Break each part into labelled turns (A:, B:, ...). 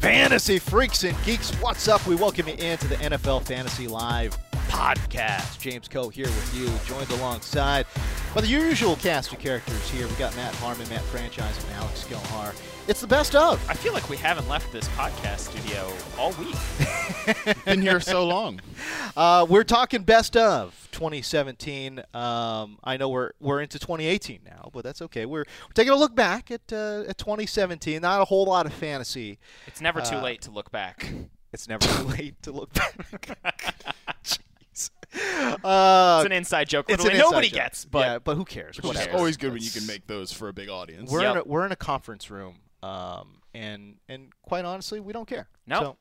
A: Fantasy freaks and geeks, what's up? We welcome you into the NFL Fantasy Live podcast. James Coe here with you, joined alongside by the usual cast of characters here. We got Matt Harmon, Matt Franchise, and Alex Gilhar. It's the best of.
B: I feel like we haven't left this podcast studio all week.
C: Been here so long.
A: Uh, we're talking best of 2017. Um, I know we're we're into 2018 now, but that's okay. We're, we're taking a look back at uh, at 2017. Not a whole lot of fantasy.
B: It's never too
A: Uh,
B: late to look back.
A: It's never too late to look back. Jeez.
B: It's
A: Uh,
B: an inside joke.
A: it's an
B: literally
A: inside
B: nobody
A: joke.
B: gets, but
A: yeah, but who cares?
B: Which is
A: Whatever.
B: Yes.
C: Always good when you
A: That's-
C: can make those for a big audience.
A: We're in
B: Yep.
A: a, we're in a conference room, um, and and quite honestly, we don't care.
B: No.
A: So,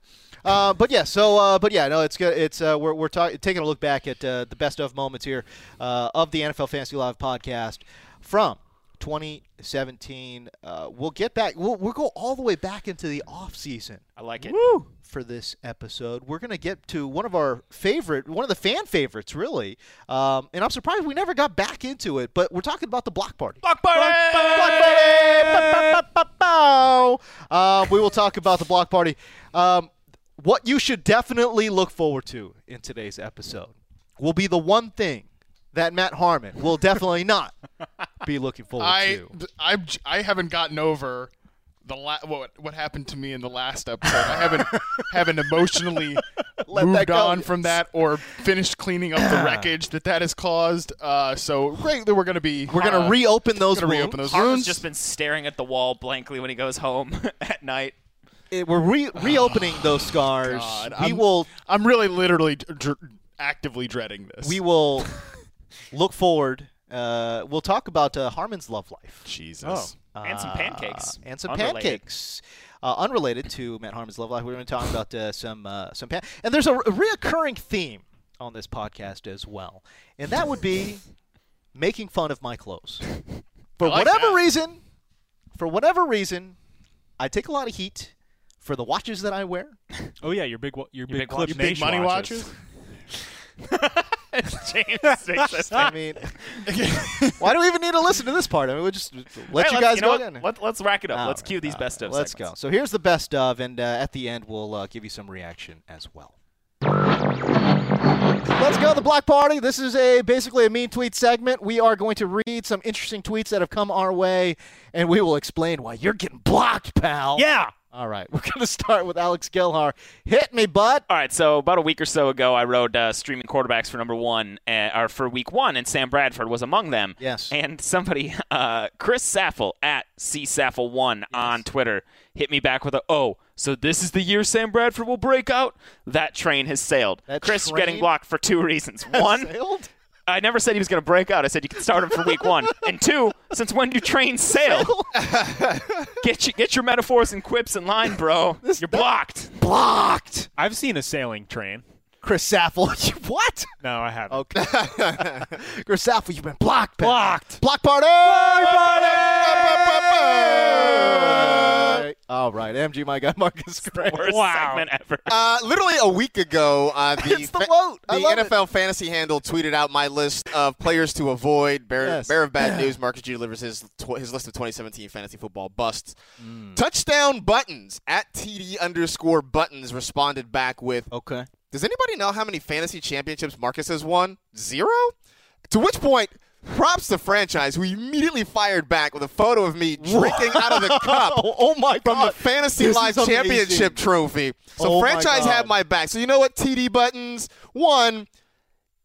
A: uh, but yeah, so uh, but yeah, no, it's good. It's uh, we're we're talk- taking a look back at uh, the best of moments here uh, of the NFL Fantasy Live podcast from 2017. Uh, we'll get back. We'll we'll go all the way back into the off season
B: I like it.
A: for this episode. We're gonna get to one of our favorite, one of the fan favorites, really. Um, and I'm surprised we never got back into it, but we're talking about the block party.
B: Block party!
A: Block party! Bow, bow, bow, bow. Uh, we will talk about the block party. Um, what you should definitely look forward to in today's episode will be the one thing that Matt Harmon will definitely not be looking forward
C: I,
A: to.
C: I, I haven't gotten over the la- what what happened to me in the last episode. I haven't haven't emotionally
A: Let that
C: moved
A: go.
C: on from that or finished cleaning up the wreckage that that has caused. Uh, so great that we're gonna be
A: We're gonna
C: uh,
A: reopen those
C: gonna reopen
A: wounds.
C: those
B: Harmon's
C: wounds.
B: just been staring at the wall blankly when he goes home at night.
A: It- Eh, we're re- reopening those scars.
C: God,
A: we
C: I'm-
A: will
C: I'm really literally d- dr- actively dreading this.
A: we will look forward. Uh, we'll talk about uh, Harmon's love life.
C: Jesus.
B: And some
A: Uh,
B: pancakes.
A: and some
B: Unrelated.
A: pancakes. Uh, unrelated to Matt Harmon's love life, we're going to talk about uh, some uh, some pan- and there's a, re- reoccurring theme on this podcast as well, and that would be making fun of my clothes for
C: I like
A: whatever
C: that.
A: reason. For whatever reason, I take a lot of heat for the watches that I wear.
D: Oh yeah, your big wa- your, big,
B: big
D: Clip
B: watch- your
C: Big
D: Nation
C: money
D: watches.
C: watches.
B: James makes us
A: I
B: laugh.
A: mean, why do we even need to listen to this part? I mean, we'll just let
B: Hey,
A: you
B: let's-
A: guys
B: know
A: go
B: what?
A: again.
B: Let, let's rack it up.
A: All
B: let's
A: right,
B: cue these
A: all
B: best
A: right,
B: of
A: Oh, Let's
B: segments.
A: go. So here's the best of, and uh, at the end we'll uh, give you some reaction as well. Let's go to the block party. This is a basically a mean tweet segment. We are going to read some interesting tweets that have come our way, and we will explain why you're getting blocked, pal.
B: Yeah!
A: All right. We're going to start with Alex Gilhar. Hit me, bud.
B: All right, so about a week or so ago, I wrote uh, streaming quarterbacks for number one, uh, or for week one, and Sam Bradford was among them.
A: Yes.
B: And somebody, uh, Chris Saffel at csaffel1 on Twitter, hit me back with a, "Oh, so this is the year Sam Bradford will break out? That train has sailed."
A: That
B: Chris you're
A: train
B: getting blocked for two reasons. One,
A: Sailed?
B: I never said he was going to break out. I said you can start him for week one. And two, since when do trains sail? get your, get your metaphors and quips in line, bro. You're blocked.
A: Blocked.
D: I've seen a sailing train.
A: Chris Saffel. what?
D: No, I haven't.
A: Okay. Chris Saffel, you've been blocked. pal.
D: Blocked.
A: Block party. All right, MG, my guy, Marcus Gray.
B: Worst
D: Wow.
B: segment ever.
E: Uh, literally a week ago, uh, the,
A: It's the vote. I
E: the
A: love it.
E: NFL fantasy handle tweeted out my list of players to avoid. Bear,
A: Yes.
E: Bear of bad news. Marcus G delivers his tw- his list of 2017 fantasy football busts.
A: Mm.
E: Touchdown buttons at TD underscore buttons responded back with
A: Okay.
E: Does anybody know how many fantasy championships Marcus has won? Zero? To which point, props to franchise, who immediately fired back with a photo of me drinking out of the cup
A: Oh, oh my
E: from
A: God.
E: the Fantasy
A: This
E: Live
A: is amazing.
E: Championship trophy. So
A: Oh my
E: franchise
A: God.
E: had my back. So you know what, TD Buttons? One,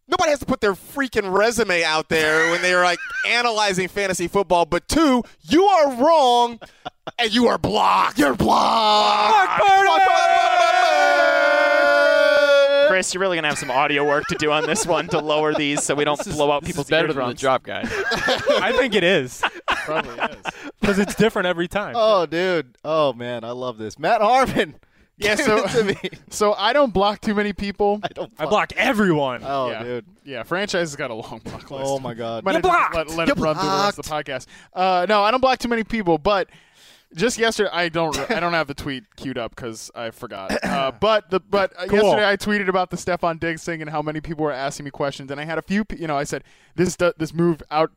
E: nobody has to put their freaking resume out there when they are like analyzing fantasy football. But two, you are wrong and you are blocked. You're blocked. Block, block, block, block, block, block.
B: Chris, you're really gonna have some audio work to do on this one to lower these so we don't blow out people's
F: better than the
B: eardrums.
F: drop guy.
D: I think it is
C: Probably is.
D: because it's different every time.
A: Oh, dude. Oh man, I love this. Matt Harmon.
C: Yeah,
A: Give
C: so-
A: it to me.
C: So I don't block too many people.
A: I don't.
D: I block everyone.
A: Oh,
C: yeah.
A: dude.
C: Yeah, franchise has got a long block list.
A: Oh my god.
C: Might have
D: You're
C: just
D: blocked.
C: Let, let it run through the rest of the podcast. Uh, no, I don't block too many people, but just yesterday, I don't. I don't have the tweet queued up because I forgot. Uh, but the but uh,
D: Cool.
C: yesterday I tweeted about the Stefan Diggs thing and how many people were asking me questions, and I had a few. pe- You know, I said this do, this move outside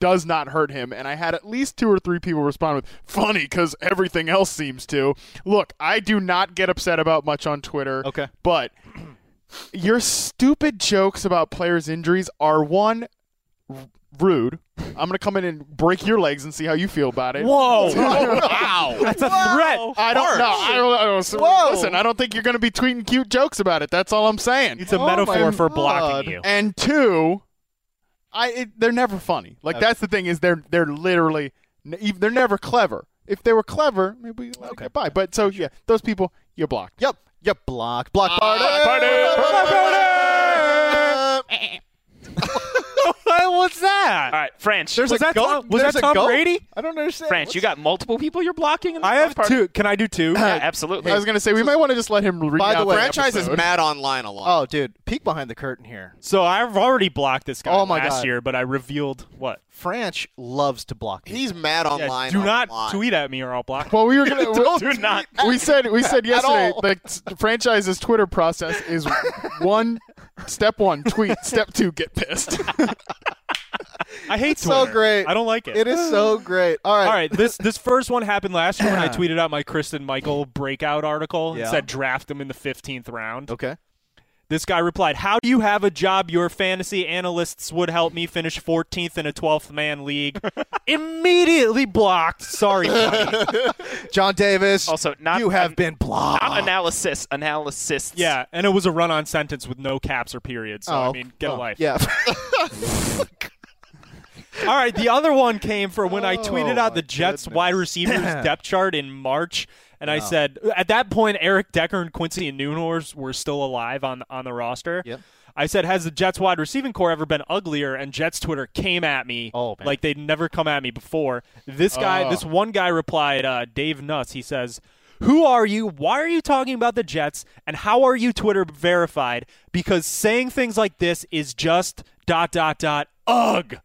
C: does not hurt him, and I had at least two or three people respond with "funny" because everything else seems to. Look, I do not get upset about much on Twitter.
A: Okay.
C: but your stupid jokes about players' injuries are one r- rude. I'm gonna come in and break your legs and see how you feel about it.
D: Whoa!
C: wow!
D: That's a threat.
C: I don't know. I don't, I don't,
A: Whoa.
C: Listen, I don't think you're gonna be tweeting cute jokes about it. That's all I'm saying.
D: It's a
A: Oh my
D: metaphor for
A: God.
D: blocking you.
C: And two, I it, they're never funny. Like that's the thing is they're they're literally n- ev- they're never clever. If they were clever, maybe we let it get by. But so yeah, those people you're blocked.
A: Yep. Yep. Block.
D: Uh,
A: Block party.
D: What's that?
B: All right, French.
A: There's
D: was
A: a
D: that
A: goat-
D: Tom, uh, was
A: there's
D: that
A: a
D: Tom
A: goat?
D: Brady?
A: I don't understand.
B: French, you got multiple people you're blocking. In the
D: I have
B: part?
D: two. Can I do two?
B: Yeah, absolutely.
C: I was gonna say we might want to just let him read.
A: By the
C: out
A: way,
E: franchise is
C: episode.
E: mad online a lot.
A: Oh, dude. Peek behind the curtain here.
D: So I've already blocked this guy
A: Oh my
D: last
A: God.
D: year, but I revealed what?
A: French loves to block. people.
E: He's mad
D: Yeah,
E: online.
D: do
E: a
D: not
E: lot.
D: tweet at me or I'll block.
C: Well, we were gonna.
B: do not.
C: We said we said yesterday
A: all.
C: like s- the franchise's Twitter process is one step one tweet, step two get pissed.
D: I hate
A: It's so
D: Twitter.
A: great.
D: I don't like it.
A: It is so great. All right.
D: All right, this this first one happened last year when I tweeted out my Kristen Michael breakout article. and
A: Yeah.
D: said draft him in the 15th round.
A: Okay.
D: This guy replied, "How do you have a job? Your fantasy analysts would help me finish 14th in a 12th man league." Immediately blocked. Sorry. buddy.
A: John Davis.
B: Also, not
A: you have
B: an-
A: been blocked.
B: Not analysis, analysis.
D: yeah, and it was a run-on sentence with no caps or periods. So I
A: Oh,
D: mean, get a
A: oh,
D: life.
A: Yeah.
D: All right, the other one came for when I tweeted out
A: Oh my
D: the Jets wide receivers depth chart in March, and I said at that point Eric Decker and Quincy Anunors were still alive on on the roster.
A: Yep.
D: I said, has the Jets wide receiving core ever been uglier? And Jets Twitter came at me
A: Oh, man.
D: like they'd never come at me before. This guy, this one guy replied, uh, Dave Nuss. He says. Who are you? Why are you talking about the Jets? And how are you Twitter verified? Because saying things like this is just dot dot dot ugh.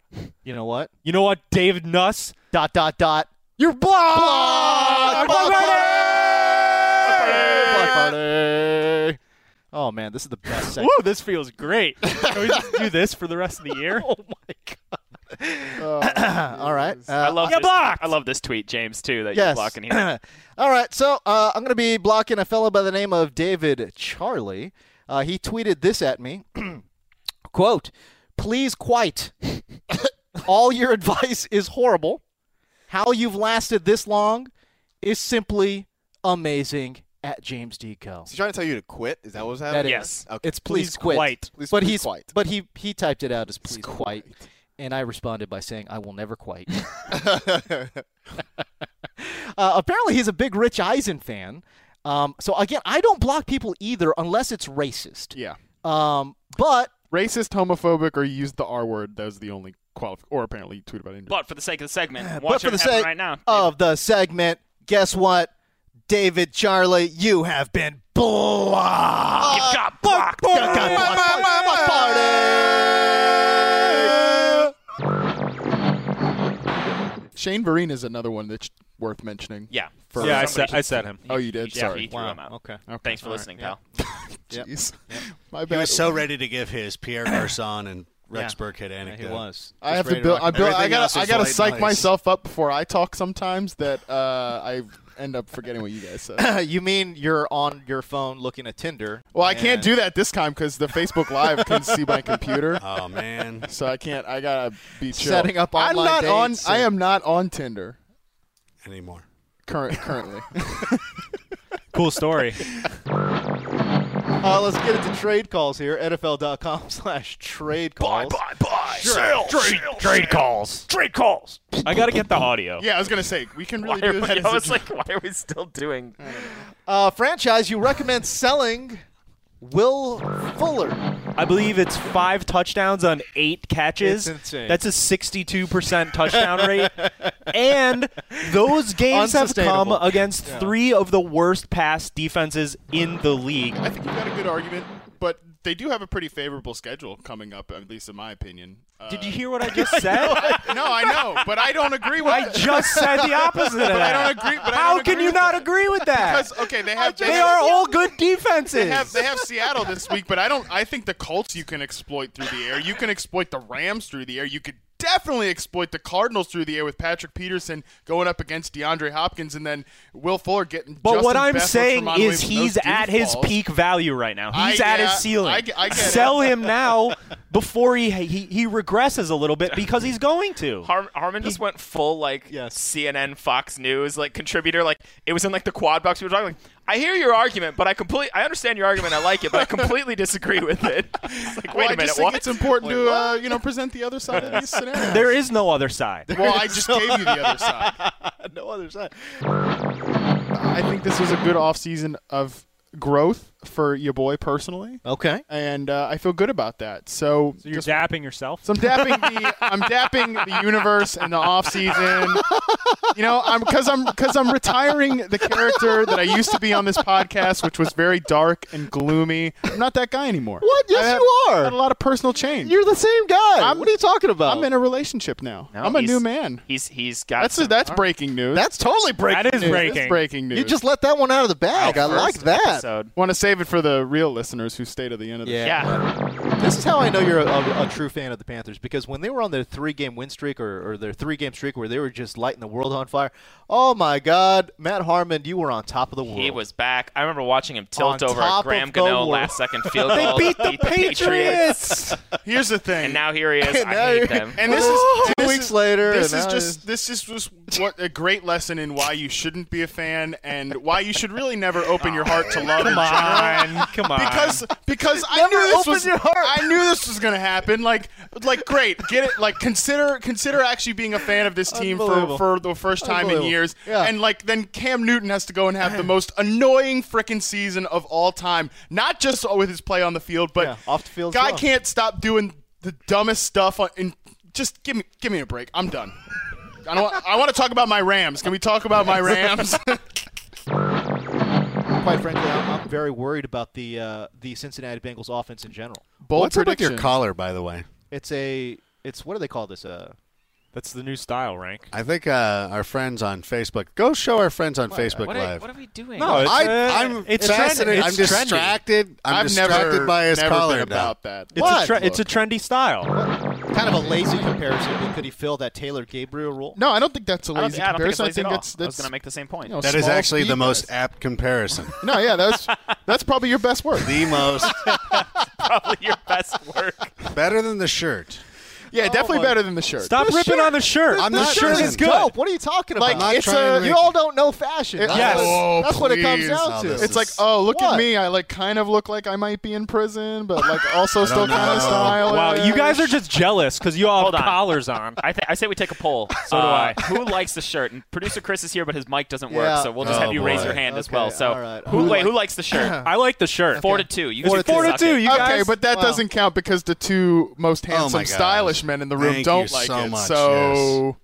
A: you know what?
D: You know what, David Nuss?
A: Dot dot dot.
D: You're blocked.
A: Block
D: Block
A: party!
D: party!
A: Block party. Oh man, this is the best segment.
D: Woo, this feels great. Can we just do this for the rest of the year?
A: All right.
B: I
A: Uh,
B: love
D: You're
B: this,
D: blocked.
B: I love this tweet, James, too, that you're
A: yes.
B: blocking here.
A: All right. So uh, I'm going to be blocking a fellow by the name of David Charlie. Uh, he tweeted this at me. Quote, please quite. All your advice is horrible. How you've lasted this long is simply amazing at James Deco.
E: Is he trying to tell you to quit? Is that what's
A: That is.
E: happening?
B: Yes.
E: Okay.
A: It's please,
D: Please
A: quit.
D: quite.
E: Please
A: but
E: please
A: he's
E: quite.
A: but he he typed it out as please quite. And I responded by saying I will never quite. uh, apparently he's a big Rich Eisen fan. Um, so again, I don't block people either unless it's racist.
C: yeah,
A: Um, but
C: racist, homophobic, or you used the R word. That was the only qualif. Or apparently you tweet about injury.
B: But for the sake of the segment,
A: but
B: watch
A: for
B: it
A: the
B: happen
A: sake
B: right now.
A: of the segment, guess what? David Charlie, you have been blocked.
B: you got blocked.
A: Got- got blocked. Block party.
C: Shane Vereen is another one that's worth mentioning.
B: Yeah.
D: Yeah, I
B: Somebody
D: said, I
B: should-
D: said him.
C: Oh, you did.
B: Yeah,
C: Sorry.
B: he threw him out.
A: Okay.
B: Thanks for listening, pal.
C: Jeez. My
G: He
C: bad.
G: was so ready to give his Pierre Garcon and Rex Burkhead anecdote.
C: I have
G: ready to
C: to build.
G: rock
C: I,
G: it.
C: build, I
G: Everything else is
C: gotta. I gotta
G: white
C: psych
G: noise.
C: myself up before I talk. Sometimes that uh, I end up forgetting what you guys said.
A: you mean you're on your phone looking at Tinder?
C: Well, I can't
A: and-
C: do that this time because the Facebook Live can see my computer,
G: Oh man,
C: so I can't. I gotta be chill.
A: Setting up
C: I'm
A: online
C: not
A: dates
C: on. I
A: and-
C: am not on Tinder
G: anymore.
C: current currently.
D: Cool story.
A: Uh, let's get into trade calls here. NFL.com slash trade calls.
B: buy, sell, trade, trade calls, trade calls.
D: I got to get the audio.
C: yeah, I was gonna say we can
B: Why
C: really
B: are
C: do
B: we,
C: that. as
B: I
C: a
B: was
C: joke.
B: like, why are we still doing?
A: Uh, franchise you recommend selling Will Fuller.
D: I believe it's five touchdowns on eight catches.
A: It's insane.
D: That's a 62% touchdown rate. and those games have come
A: Unsustainable.
D: against three of the worst pass defenses in the league.
C: I think you've got a good argument, but they do have a pretty favorable schedule coming up, at least in my opinion. Uh,
D: Did you hear what I just said?
C: no, I know, but I don't agree with.
D: I just said the opposite of
C: But I
D: that.
C: don't agree- but I
D: How
C: don't
D: can
C: agree
D: you
C: with
D: not
C: that.
D: agree with that?
C: because okay, they have
D: they are all good defenses.
C: They have, they have Seattle this week, but I don't. I think the Colts you can exploit through the air. You can exploit the Rams through the air. You could definitely exploit the Cardinals through the air with Patrick Peterson going up against DeAndre Hopkins, and then Will Fuller getting.
D: But
C: Justin
D: what I'm
C: Bethel,
D: saying
C: Tramon
D: is
C: Williams,
D: he's
C: those
D: at his
C: goofballs.
D: peak value right now. He's
C: I-
D: at
C: yeah,
D: his ceiling.
C: I get- I get it.
D: Sell him now before he, he he regresses a little bit because he's going to.
B: Har- Harmon just went full like
A: Yes.
B: CNN, Fox News like contributor. Like it was in like the quad box we were talking. Like I hear your argument, but I complete. I understand your argument. I like it, but I completely disagree with it. It's like wait
C: Well,
B: a
C: I just
B: minute,
C: think
B: what?
C: it's important to uh, you know present the other side of these scenarios.
D: There is no other side.
C: well, I just gave you the other side.
A: No other side.
C: I think this was a good offseason of growth for your boy personally,
A: Okay.
C: and uh, I feel good about that. So,
D: You're zapping yourself.
C: so I'm dapping the I'm dapping the universe in the offseason. You know, I'm because I'm because I'm retiring the character that I used to be on this podcast, which was very dark and gloomy. I'm not that guy anymore.
A: What? Yes,
C: I had-
A: you are.
C: I had a lot of personal change.
A: You're the same guy.
C: I'm-
A: what are you talking about?
C: I'm in a relationship now.
B: No,
C: I'm a
B: he's-
C: new man.
B: He's he's got.
C: That's
B: some-
C: that's breaking news.
A: That's totally breaking.
D: That is
C: News.
D: breaking.
C: That's breaking news.
A: You just let that one out of the bag. I like
B: first
A: that.
B: episode.
C: want to save it for the real listeners who stayed to the end of the
A: Yeah.
B: Yeah.
A: This is how I know you're a, a, a true fan of the Panthers because when they were on their three-game win streak or, or their three-game streak where they were just lighting the world on fire, oh my God, Matt Harmon, you were on top of the world.
B: He was back. I remember watching him tilt
A: On
B: over a
A: top
B: Graham
A: of the
B: Gano
A: world.
B: last second field goal.
D: Beat the
B: Oh, Patriots.
D: Patriots.
C: Here's the thing.
B: And now here he is.
A: And now
B: I hate
A: you're-
B: them.
C: And this is and
A: Two
C: this
A: weeks
C: is-
A: later,
C: This
A: and
C: is
A: now
C: just this is just what a great lesson in why you shouldn't be a fan and why you should really never open your heart to love in
D: Come
C: general.
D: on, come on.
C: Because because I
A: Never
C: knew this
A: open
C: was
A: your heart.
C: I knew this was gonna happen. Like like great, get it. Like consider consider actually being a fan of this team for,
A: Unbelievable.
C: for the first time in
A: Unbelievable.
C: years.
A: Yeah.
C: And like then Cam Newton has to go and have the most annoying freaking season of all time. Not just with his play on the field, but
A: Yeah, off the field as
C: Guy
A: well.
C: can't stop doing the dumbest stuff. On, and just give me give me a break. I'm done. I don't. want- I want to talk about my Rams. Can we talk about my Rams?
A: Quite frankly, I'm, I'm very worried about the uh, the Cincinnati Bengals offense in general.
C: Bold
G: What's up with your collar, by the way?
A: It's a it's what do they call this? Uh,
D: That's the new style, rank.
G: I think uh, our friends on Facebook. Go show our friends on Facebook
B: what, are,
G: Live.
B: what are we doing?
D: No, it's,
G: I,
D: uh,
G: I'm
D: it's
G: fascinated.
D: trendy.
G: I'm
D: It's trendy.
G: distracted. I'm
C: I've
G: distracted
C: never
G: by his
C: never
G: collar
C: been
G: now.
C: about that.
D: It's a tre- it's a trendy style.
A: kind of a lazy comparison, but could he fill that Taylor Gabriel role?
C: No, I don't think that's a
B: I don't,
C: lazy
B: yeah, I don't think it's
C: comparison.
B: lazy at all.
C: that's
B: I
C: that's
B: was going to make the same point.
C: you know,
G: That is
C: small
G: actually the
C: speed
G: most
C: guys.
G: apt comparison.
C: No, yeah, that's that's probably your best work.
G: the most
B: Probably your best work.
G: better than the shirt.
C: Yeah, definitely
A: my-
C: better than the shirt.
D: Oh, Stop ripping on the shirt.
G: I'm
D: the
G: not
D: shirt
G: ripping.
D: is good.
A: Dope. What are you talking about?
G: I'm not
C: it's
G: trying
C: a-
G: to
A: you
G: make-
A: all don't know fashion.
C: It-
A: that's
D: Yes.
C: Oh,
A: that's what it comes
C: please.
G: No,
A: down to.
G: this
C: It's like, oh, look at
A: What?
C: me. I like kind of look like I might be in prison, but like also still
G: know.
C: kind of stylish.
D: Wow, you guys are just jealous because you all
B: Hold
D: have
B: on.
D: collars on.
B: I, th- I say we take a poll.
D: So do I.
B: Uh, Who likes the shirt? And producer Chris is here, but his mic doesn't
A: Yeah.
B: work, so we'll just
G: Oh,
B: have you raise
G: boy.
B: your hand as
A: Okay,
B: well. So
A: all right.
B: who
A: Who
B: wait, who likes the shirt?
D: I like the shirt.
B: Four to two. You
D: Is it
B: can
D: four to
B: suck
D: two?
B: it.
D: You
C: okay,
D: guys.
C: but that
A: Wow.
C: doesn't count because the two most
G: my
C: handsome,
G: gosh.
C: stylish men in the room
G: Thank
C: don't
G: you
C: like
G: so
C: it.
G: much,
C: so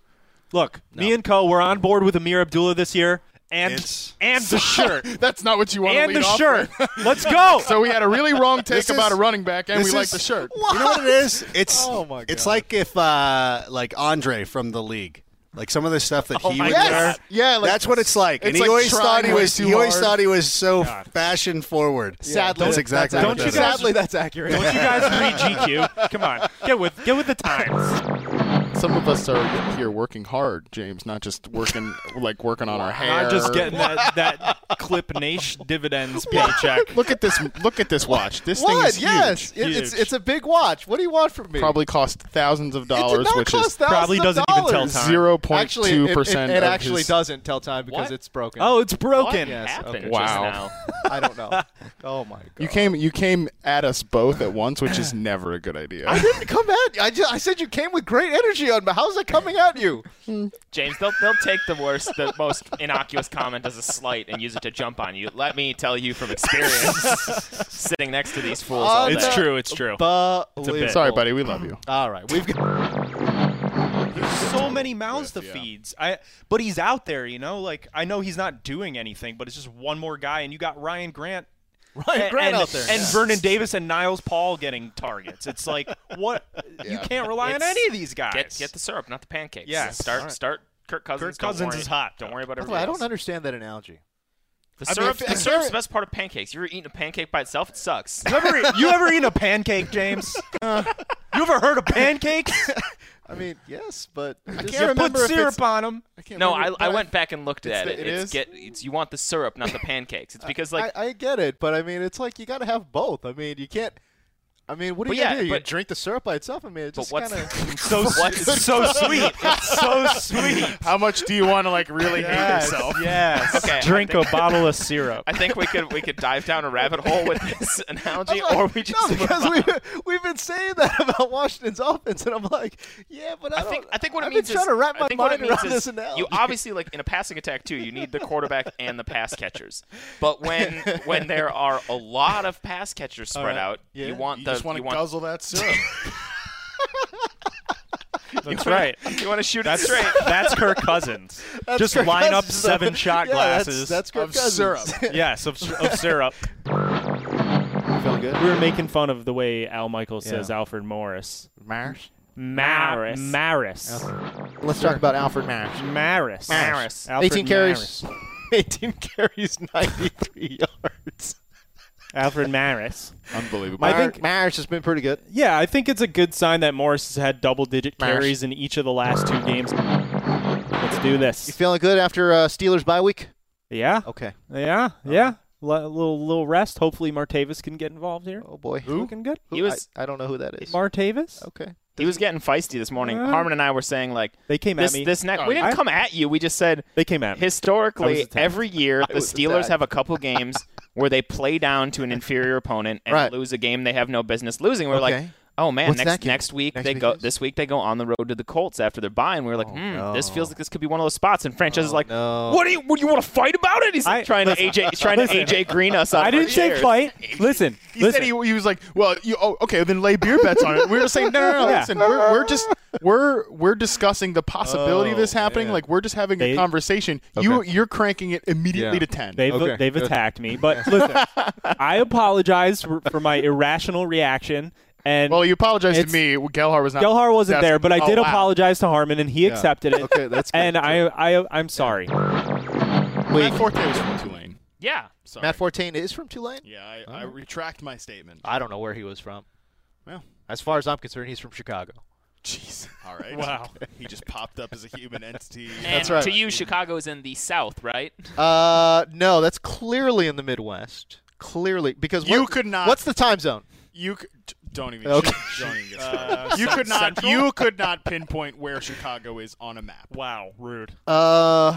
D: Look, me and Co. We're on board with Amir Abdullah this year, and
G: It's-
D: and the shirt,
C: that's not what you want
D: and
C: to
D: the
C: lead off
D: shirt.
C: with.
D: Let's go.
C: so we had a really wrong take
G: This
C: about
G: is-
C: a running back, and we
G: This
C: like
G: is-
C: the shirt.
G: You know what it is? It's
A: Oh, my
G: it's
A: God.
G: like if uh, like Andre from the league, like some of the stuff that he
B: my
G: would
B: God.
G: wear.
B: Yes.
C: Oh Yeah, like,
G: that's what it's like. and
C: it's
G: he
C: like
G: always
C: trying
G: thought he
C: way
G: was
C: too
G: he always
C: hard.
G: thought he was so fashion forward.
A: Sadly,
G: that's exactly
D: don't
G: what
D: you
G: that is.
D: guys-
A: sadly that's accurate.
D: Don't you guys read GQ? Come on, get with get with the times.
C: Some of us are here working hard, James, not just working like working on our hair.
D: Not just getting that that clip nation dividends paycheck.
C: Look at this! Look at this watch. This thing
A: What?
C: is
A: Yes,
C: huge.
A: It- it's it's a big watch. What do you want from me?
C: Probably cost thousands of
A: it did
C: dollars,
A: not
C: which
A: cost
C: is
A: thousands
D: Probably
A: of
D: doesn't even tell
A: dollars.
D: time.
C: zero point
A: Actually, it-
C: two
A: it,
C: percent.
A: it, actually doesn't tell time because
B: What?
A: it's broken.
D: Oh, it's broken.
B: What
A: Yes,
B: happened
A: okay.
B: just
C: Wow.
B: now?
A: I don't know. Oh my god!
C: You came. You came at us both at once, which is never a good idea.
A: I didn't come at. I just I said you came with great energy me on, but how's that coming at you?
B: James, they'll they'll take the worst, the most innocuous comment as a slight and use it to jump on you. Let me tell you from experience, sitting next to these fools. All day.
A: It's
D: true. It's true.
A: Believable.
C: Sorry, buddy. We love you.
A: All right, we've got
D: so many mouths to feeds. I but he's out there, you know. Like I know he's not doing anything, but it's just one more guy, and you got Ryan Grant.
A: Ryan Grant
D: and,
A: out there.
D: and Vernon Davis and Niles Paul getting targets. It's like what you can't rely on
B: It's-
D: any of these guys.
B: Get get the syrup, not the pancakes.
D: Yes.
B: Start start. Kirk Cousins.
D: Kirk Cousins
B: don't worry.
D: is hot.
B: Don't worry about
A: By the
B: everything.
A: way, I don't understand that analogy.
B: The
A: I mean,
B: syrup.
A: if-
B: the
A: if
B: syrup's
A: there-
B: the best part of pancakes. You're eating a pancake by itself. It sucks.
D: You ever, eat- you ever eat a pancake, James? Uh, you ever heard of pancakes?
A: I mean, yes, but I can't
D: you Mm. put syrup on them.
B: No, I, I went back and looked at
C: the-
B: it.
C: it
B: it's
C: is?
B: get it's you want the syrup, not the pancakes. It's because like
A: I, I get it, but I mean, it's like you got to have both. I mean, you can't. I mean, what do
B: But
A: you gonna
B: yeah,
A: do? You
B: but-
A: drink the syrup by itself. I mean, it
B: But
A: just
B: what's-
A: kind of.
D: So
B: What?
D: it's so sweet. It's so sweet.
C: How much do you want to like really hate yourself?
D: Yes.
B: Okay, I
D: Drink
B: think-
D: a bottle of syrup.
B: I think we could we could dive down a rabbit hole with this analogy, or we just
A: no,
B: move
A: because
B: on.
A: we've, we've been saying that about Washington's offense, and I'm like, yeah, but I,
B: I think
A: don't-
B: I think what it
A: I've
B: means
A: been trying
B: is
A: to wrap
B: I
A: my
B: think what it
A: mind
B: means
A: around
B: is
A: this analogy.
B: you obviously like in a passing attack too. You need the quarterback and the pass catchers, but when when there are a lot of pass catchers spread out,
A: Yeah.
B: you want
C: You
B: the
C: just want
B: you
C: to
B: want
C: guzzle that syrup.
D: That's right.
B: you want to shoot it straight.
D: That's Kirk Cousins.
A: That's
D: Just
A: Kirk
D: line up
A: Cousins.
D: seven shot
A: Yeah,
D: glasses.
A: That's, that's Kirk
C: of
A: Cousins.
C: syrup.
D: yes, of, of syrup.
A: Feeling good?
D: We were making fun of the way Al Michaels
A: Yeah.
D: says Alfred Morris.
A: Marsh.
D: Mar- Maris.
A: Let's talk about Alfred Marsh.
D: Maris.
A: Maris.
D: Alfred
A: 18 carries.
D: Maris.
A: 18 carries, 93 yards.
D: Alfred Maris.
C: Unbelievable.
A: I
C: Mar-
A: think Marsh has been pretty good.
D: Yeah, I think it's a good sign that Morris has had double digit
A: Maris.
D: carries in each of the last two games. Let's do
A: You
D: this.
A: feeling good after uh, Steelers bye week?
D: Yeah.
A: Okay.
D: Yeah. Yeah. Li- little little rest. Hopefully Martavis can get involved here.
A: Oh boy.
D: Looking good.
A: Who-
B: He was-
A: I, I don't know who that is.
D: Martavis.
A: okay.
B: He was getting feisty this morning.
D: Uh,
B: Harmon and I were saying like
D: They came
B: this
D: at me.
B: this next.
C: Oh,
B: we didn't
D: yeah.
B: come at you. We just said
D: they came at me. I was
B: Historically,
D: attacked.
B: every year the
A: was
B: Steelers
A: attacked.
B: have a couple games where they play down to an inferior opponent and
A: Right.
B: lose a game they have no business losing. We're like,
A: Okay.
B: oh man,
A: What's that
B: next
A: game?
B: next week
A: Next
B: they
A: week
B: go.
A: is? Oh,
B: This week they go on the road to the Colts after their bye, and we're like, hmm, this feels like this could be one of those spots. And Franchise is like,
A: no.
B: what do you what do you want to fight about it? He's like
D: I-
B: trying
D: listen.
B: to AJ he's trying to
D: Listen.
B: AJ Green us. on
D: I
B: our
D: didn't say
B: shares.
D: fight. Listen.
C: He said he, he was like, well, you, oh, okay, then lay beer bets on it. We were saying, no, no, no,
D: Yeah.
C: listen, we're, we're just we're we're discussing the possibility of this
A: Oh,
C: happening.
A: yeah.
C: Like we're just having
D: They-
C: a conversation. You you're cranking it immediately
H: Yeah.
C: to ten.
D: They've,
A: Okay.
D: they've attacked me, but listen, I apologize for, for my irrational reaction. And
C: well, you apologized to
D: It's-
C: me. Gelhar was not.
D: Gelhar wasn't
C: That's-
D: there, but I
C: oh,
D: did
C: wow.
D: apologize to Harmon, and he accepted it.
A: Okay, that's good.
D: And I, I, I'm sorry.
C: Matt Forte was from Tulane.
B: Yeah.
C: Sorry.
A: Matt Fortain is from Tulane.
C: yeah, I, I retract my statement.
A: I don't know where he was from.
C: Well.
A: as far as I'm concerned, he's from Chicago.
C: Jeez. All right.
D: Wow.
C: he just popped up as a human entity.
B: And
A: right.
B: to you, Chicago is in the South, right?
A: Uh, no, that's clearly in the Midwest. Clearly, because
C: You
A: what-
C: could not-
A: What's the time zone?
C: You c- t- don't even.
A: Okay.
C: Don't even get started. you could not. You could not pinpoint where Chicago is on a map.
D: Wow, rude.
A: Uh,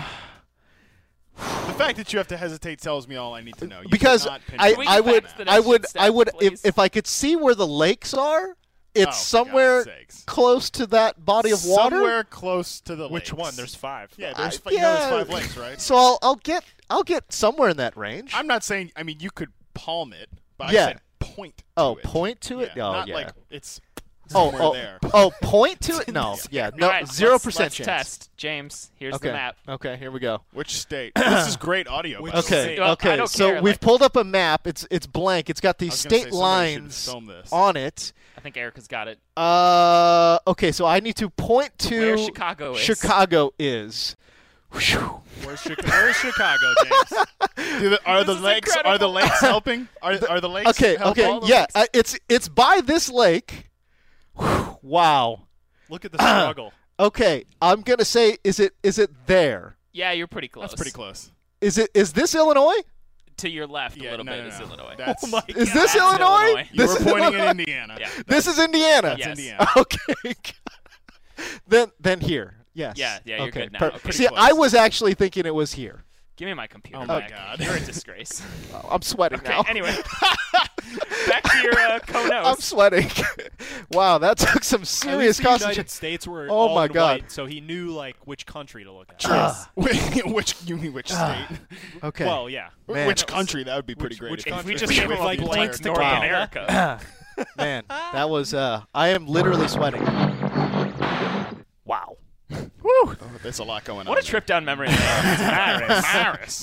C: The fact that you have to hesitate tells me all I need to know. You
A: because
C: could not
A: I,
C: pinpoint
B: Can we
A: I
B: get
A: would
B: back to the
A: I
B: next
A: would
B: step,
A: I would if,
B: please?
A: if I could see where the lakes are, it's
C: Oh, for
A: somewhere
C: God's sakes.
A: close to that body of water.
C: somewhere close to the. lakes.
D: Which one? There's five.
C: Yeah, there's,
A: I-
C: fi- you know
A: yeah.
C: there's five lakes, right?
A: So I'll I'll get I'll get somewhere in that range.
C: I'm not saying. I mean, you could palm it, but
A: Yeah.
C: I said point. To
A: oh,
C: it.
A: point to it.
C: Yeah,
A: oh
C: not
A: yeah.
C: like it's
A: oh
C: somewhere
A: oh,
C: there.
A: oh point to it. No, yeah,
B: All
A: no
B: right,
A: zero
B: let's-
A: percent
B: let's
A: chance.
B: Test James. Here's
A: Okay.
B: the map.
A: Okay, here we go.
C: Which state? this is great audio. by the way.
A: Okay,
B: Well, I
A: okay.
B: don't
A: so
B: care,
A: we've
B: like-
A: pulled up a map. It's it's blank. It's got these
C: was gonna say,
A: state
C: somebody should
A: lines
C: film this.
A: on it.
B: I think Erica's got it.
A: Uh, okay. So I need to point to,
B: where Chicago is.
A: Chicago is. Whew.
C: Where's Chicago? Where's Chicago, James? Do the- are the
B: is
C: lakes? Are the lakes helping? Are, are the lakes?
A: Okay,
C: helping?
A: okay, yeah. Uh, it's it's by this lake. Whew, wow.
C: Look at the struggle.
A: Okay, I'm gonna say, is it is it there?
B: Yeah, you're pretty close.
C: That's pretty close.
A: Is it is this Illinois?
B: To your left a
C: Yeah,
B: little
C: no,
B: bit
C: no,
B: is
C: no.
B: Illinois.
C: That's,
A: Is this Illinois?
B: Illinois.
C: you
A: This
C: were
A: is
C: pointing
A: Illinois?
C: at Indiana.
B: Yeah.
A: This is Indiana.
C: That's
B: Yes.
C: Indiana.
A: Okay. then then here. Yes.
B: Yeah, yeah, you're
A: okay.
B: good now.
A: per-
B: Okay. Pretty
A: See,
C: close.
A: I was actually thinking it was here. Oh,
B: Give me my computer.
C: Oh my
B: back.
C: God.
B: You're a disgrace.
A: I'm sweating
B: Okay,
A: now.
B: anyway. back to your uh,
A: I'm
B: Konos.
A: sweating. Wow, that took some
D: At
A: serious
D: least the
A: concentration.
D: United States were
A: Oh
D: all
A: my
D: in
A: God.
D: white, so he knew like which country to look at.
C: which you mean which state?
A: Okay.
D: Well, yeah.
A: man,
C: Which country? That would be pretty great.
D: Which
C: if-
D: country?
B: If we just gave
D: Which
B: like
D: country?
B: blanks to
D: North
B: North
D: America.
B: America.
A: man, that was. Uh, I am literally sweating.
B: wow.
C: Oh, there's a lot going on.
B: What a
C: there.
B: trip down memory lane. Maris. Maris.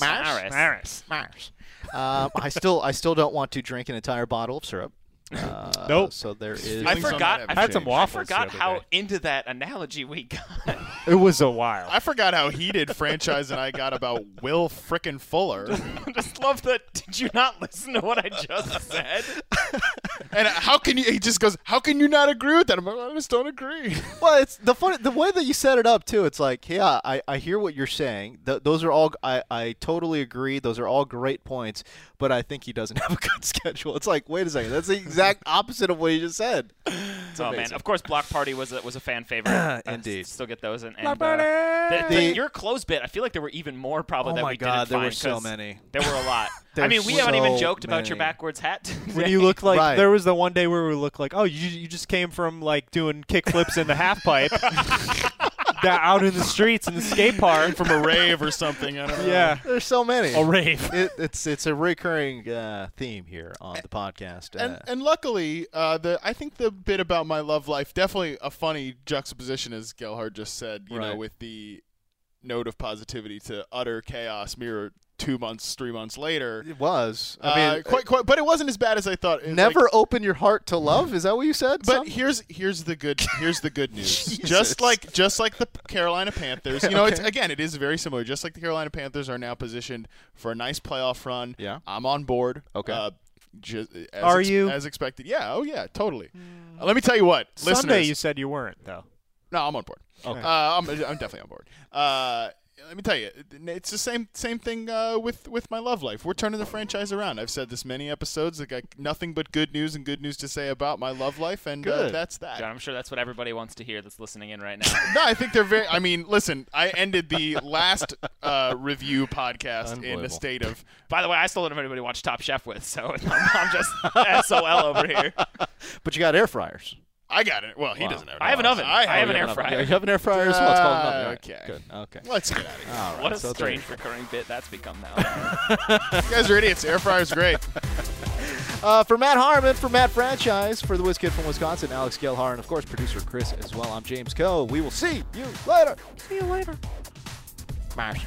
B: Maris. Maris.
A: Um, I still, I still don't want to drink an entire bottle of syrup. Uh,
D: Nope.
A: So there is.
B: I
C: Feelings on
B: forgot.
C: that
B: I
C: have
B: had some
C: changed.
B: I
D: waffles the
B: forgot
D: other
B: how
D: day.
B: into that analogy we got.
D: It was a while.
C: I forgot how heated franchise and I got about Will frickin' Fuller.
B: just love that. Did you not listen to what I just said?
C: And how can you? He just goes, "How can you not agree with that?" I'm like, I just don't agree.
A: Well, it's the funny the way that you set it up too. It's like, yeah, I, I hear what you're saying. Th- those are all I, I totally agree. Those are all great points, but I think he doesn't have a good schedule. It's like, wait a second, that's the exact opposite of what you just said. It's
B: Oh man!
A: amazing.
B: Of course, Block Party was a, was a fan favorite. I
A: Indeed.
B: still get those. And, and, uh, the- the-
A: The-
B: your close bit. I feel like there were even more probably
A: Oh
B: that
A: my
B: we
A: God,
B: didn't
A: there were
B: find,
A: so
B: 'cause
A: many.
B: There were a lot. I
A: There's
B: mean, we haven't even
A: so
B: joked about your
A: many.
B: backwards hat. today.
D: When you look like
A: Right.
D: there was the one day where we looked like, oh, you you just came from like doing kick flips in the half pipe, da- out in the streets in the skate park.
C: From a rave or something. I don't know.
D: yeah,
A: There's so many.
D: a rave.
A: It, it's it's a recurring uh, theme here on the podcast. Uh,
C: And, and luckily, uh, the I think the bit about my love life definitely a funny juxtaposition, as Gelhard just said. You know,
A: Right.
C: with the note of positivity to utter chaos, mirror two months, three months later.
A: it was. I mean,
C: uh, quite, quite, but it wasn't as bad as I thought. It was
A: never
C: like-
A: open your heart to love. Is that what you said?
C: But
A: son?
C: here's here's the good here's the good news.
A: Jesus.
C: just like just like the Carolina Panthers, you know, it's again it is very similar. Just like the Carolina Panthers are now positioned for a nice playoff run.
A: Yeah.
C: I'm on board.
A: Okay.
C: Uh, just, as
D: Are
C: ex-
D: you?
C: as expected? Yeah. Oh yeah. Totally. Uh, let me tell you what,
D: Sunday
C: listeners.
D: you said you weren't though.
C: no, I'm on board.
D: Okay.
C: Uh, I'm, I'm definitely on board. Uh, let me tell you, it's the same same thing uh, with with my love life. We're turning the franchise around. I've said this many episodes. I got nothing but good news and good news to say about my love life, and uh,
A: Good.
C: that's that.
B: John, I'm sure that's what everybody wants to hear that's listening in right now.
C: No, I think they're very. I mean, listen, I ended the last uh, review podcast in a
A: Unbelievable.
C: state of.
B: By the way, I still don't have anybody to watch Top Chef with, so I'm just SOL over here.
A: but you got air fryers.
C: I got it. Well, he doesn't have. An
B: I have an oven. I have
A: You
B: an air
A: have an-
B: fryer.
A: You have an air fryer as well. It's called an oven.
C: Ah,
A: All right.
C: okay.
A: Good. Uh, Okay.
C: Let's get out of here.
B: What a strange recurring bit that's become now.
C: You guys are idiots. Air fryer's great.
A: Uh, for Matt Harmon, for Matt Franchise, for the Wiz Kid from Wisconsin, Alex Gelhar, and of course, producer Chris as well. I'm James Coe. We will see you later. See you later. Mash.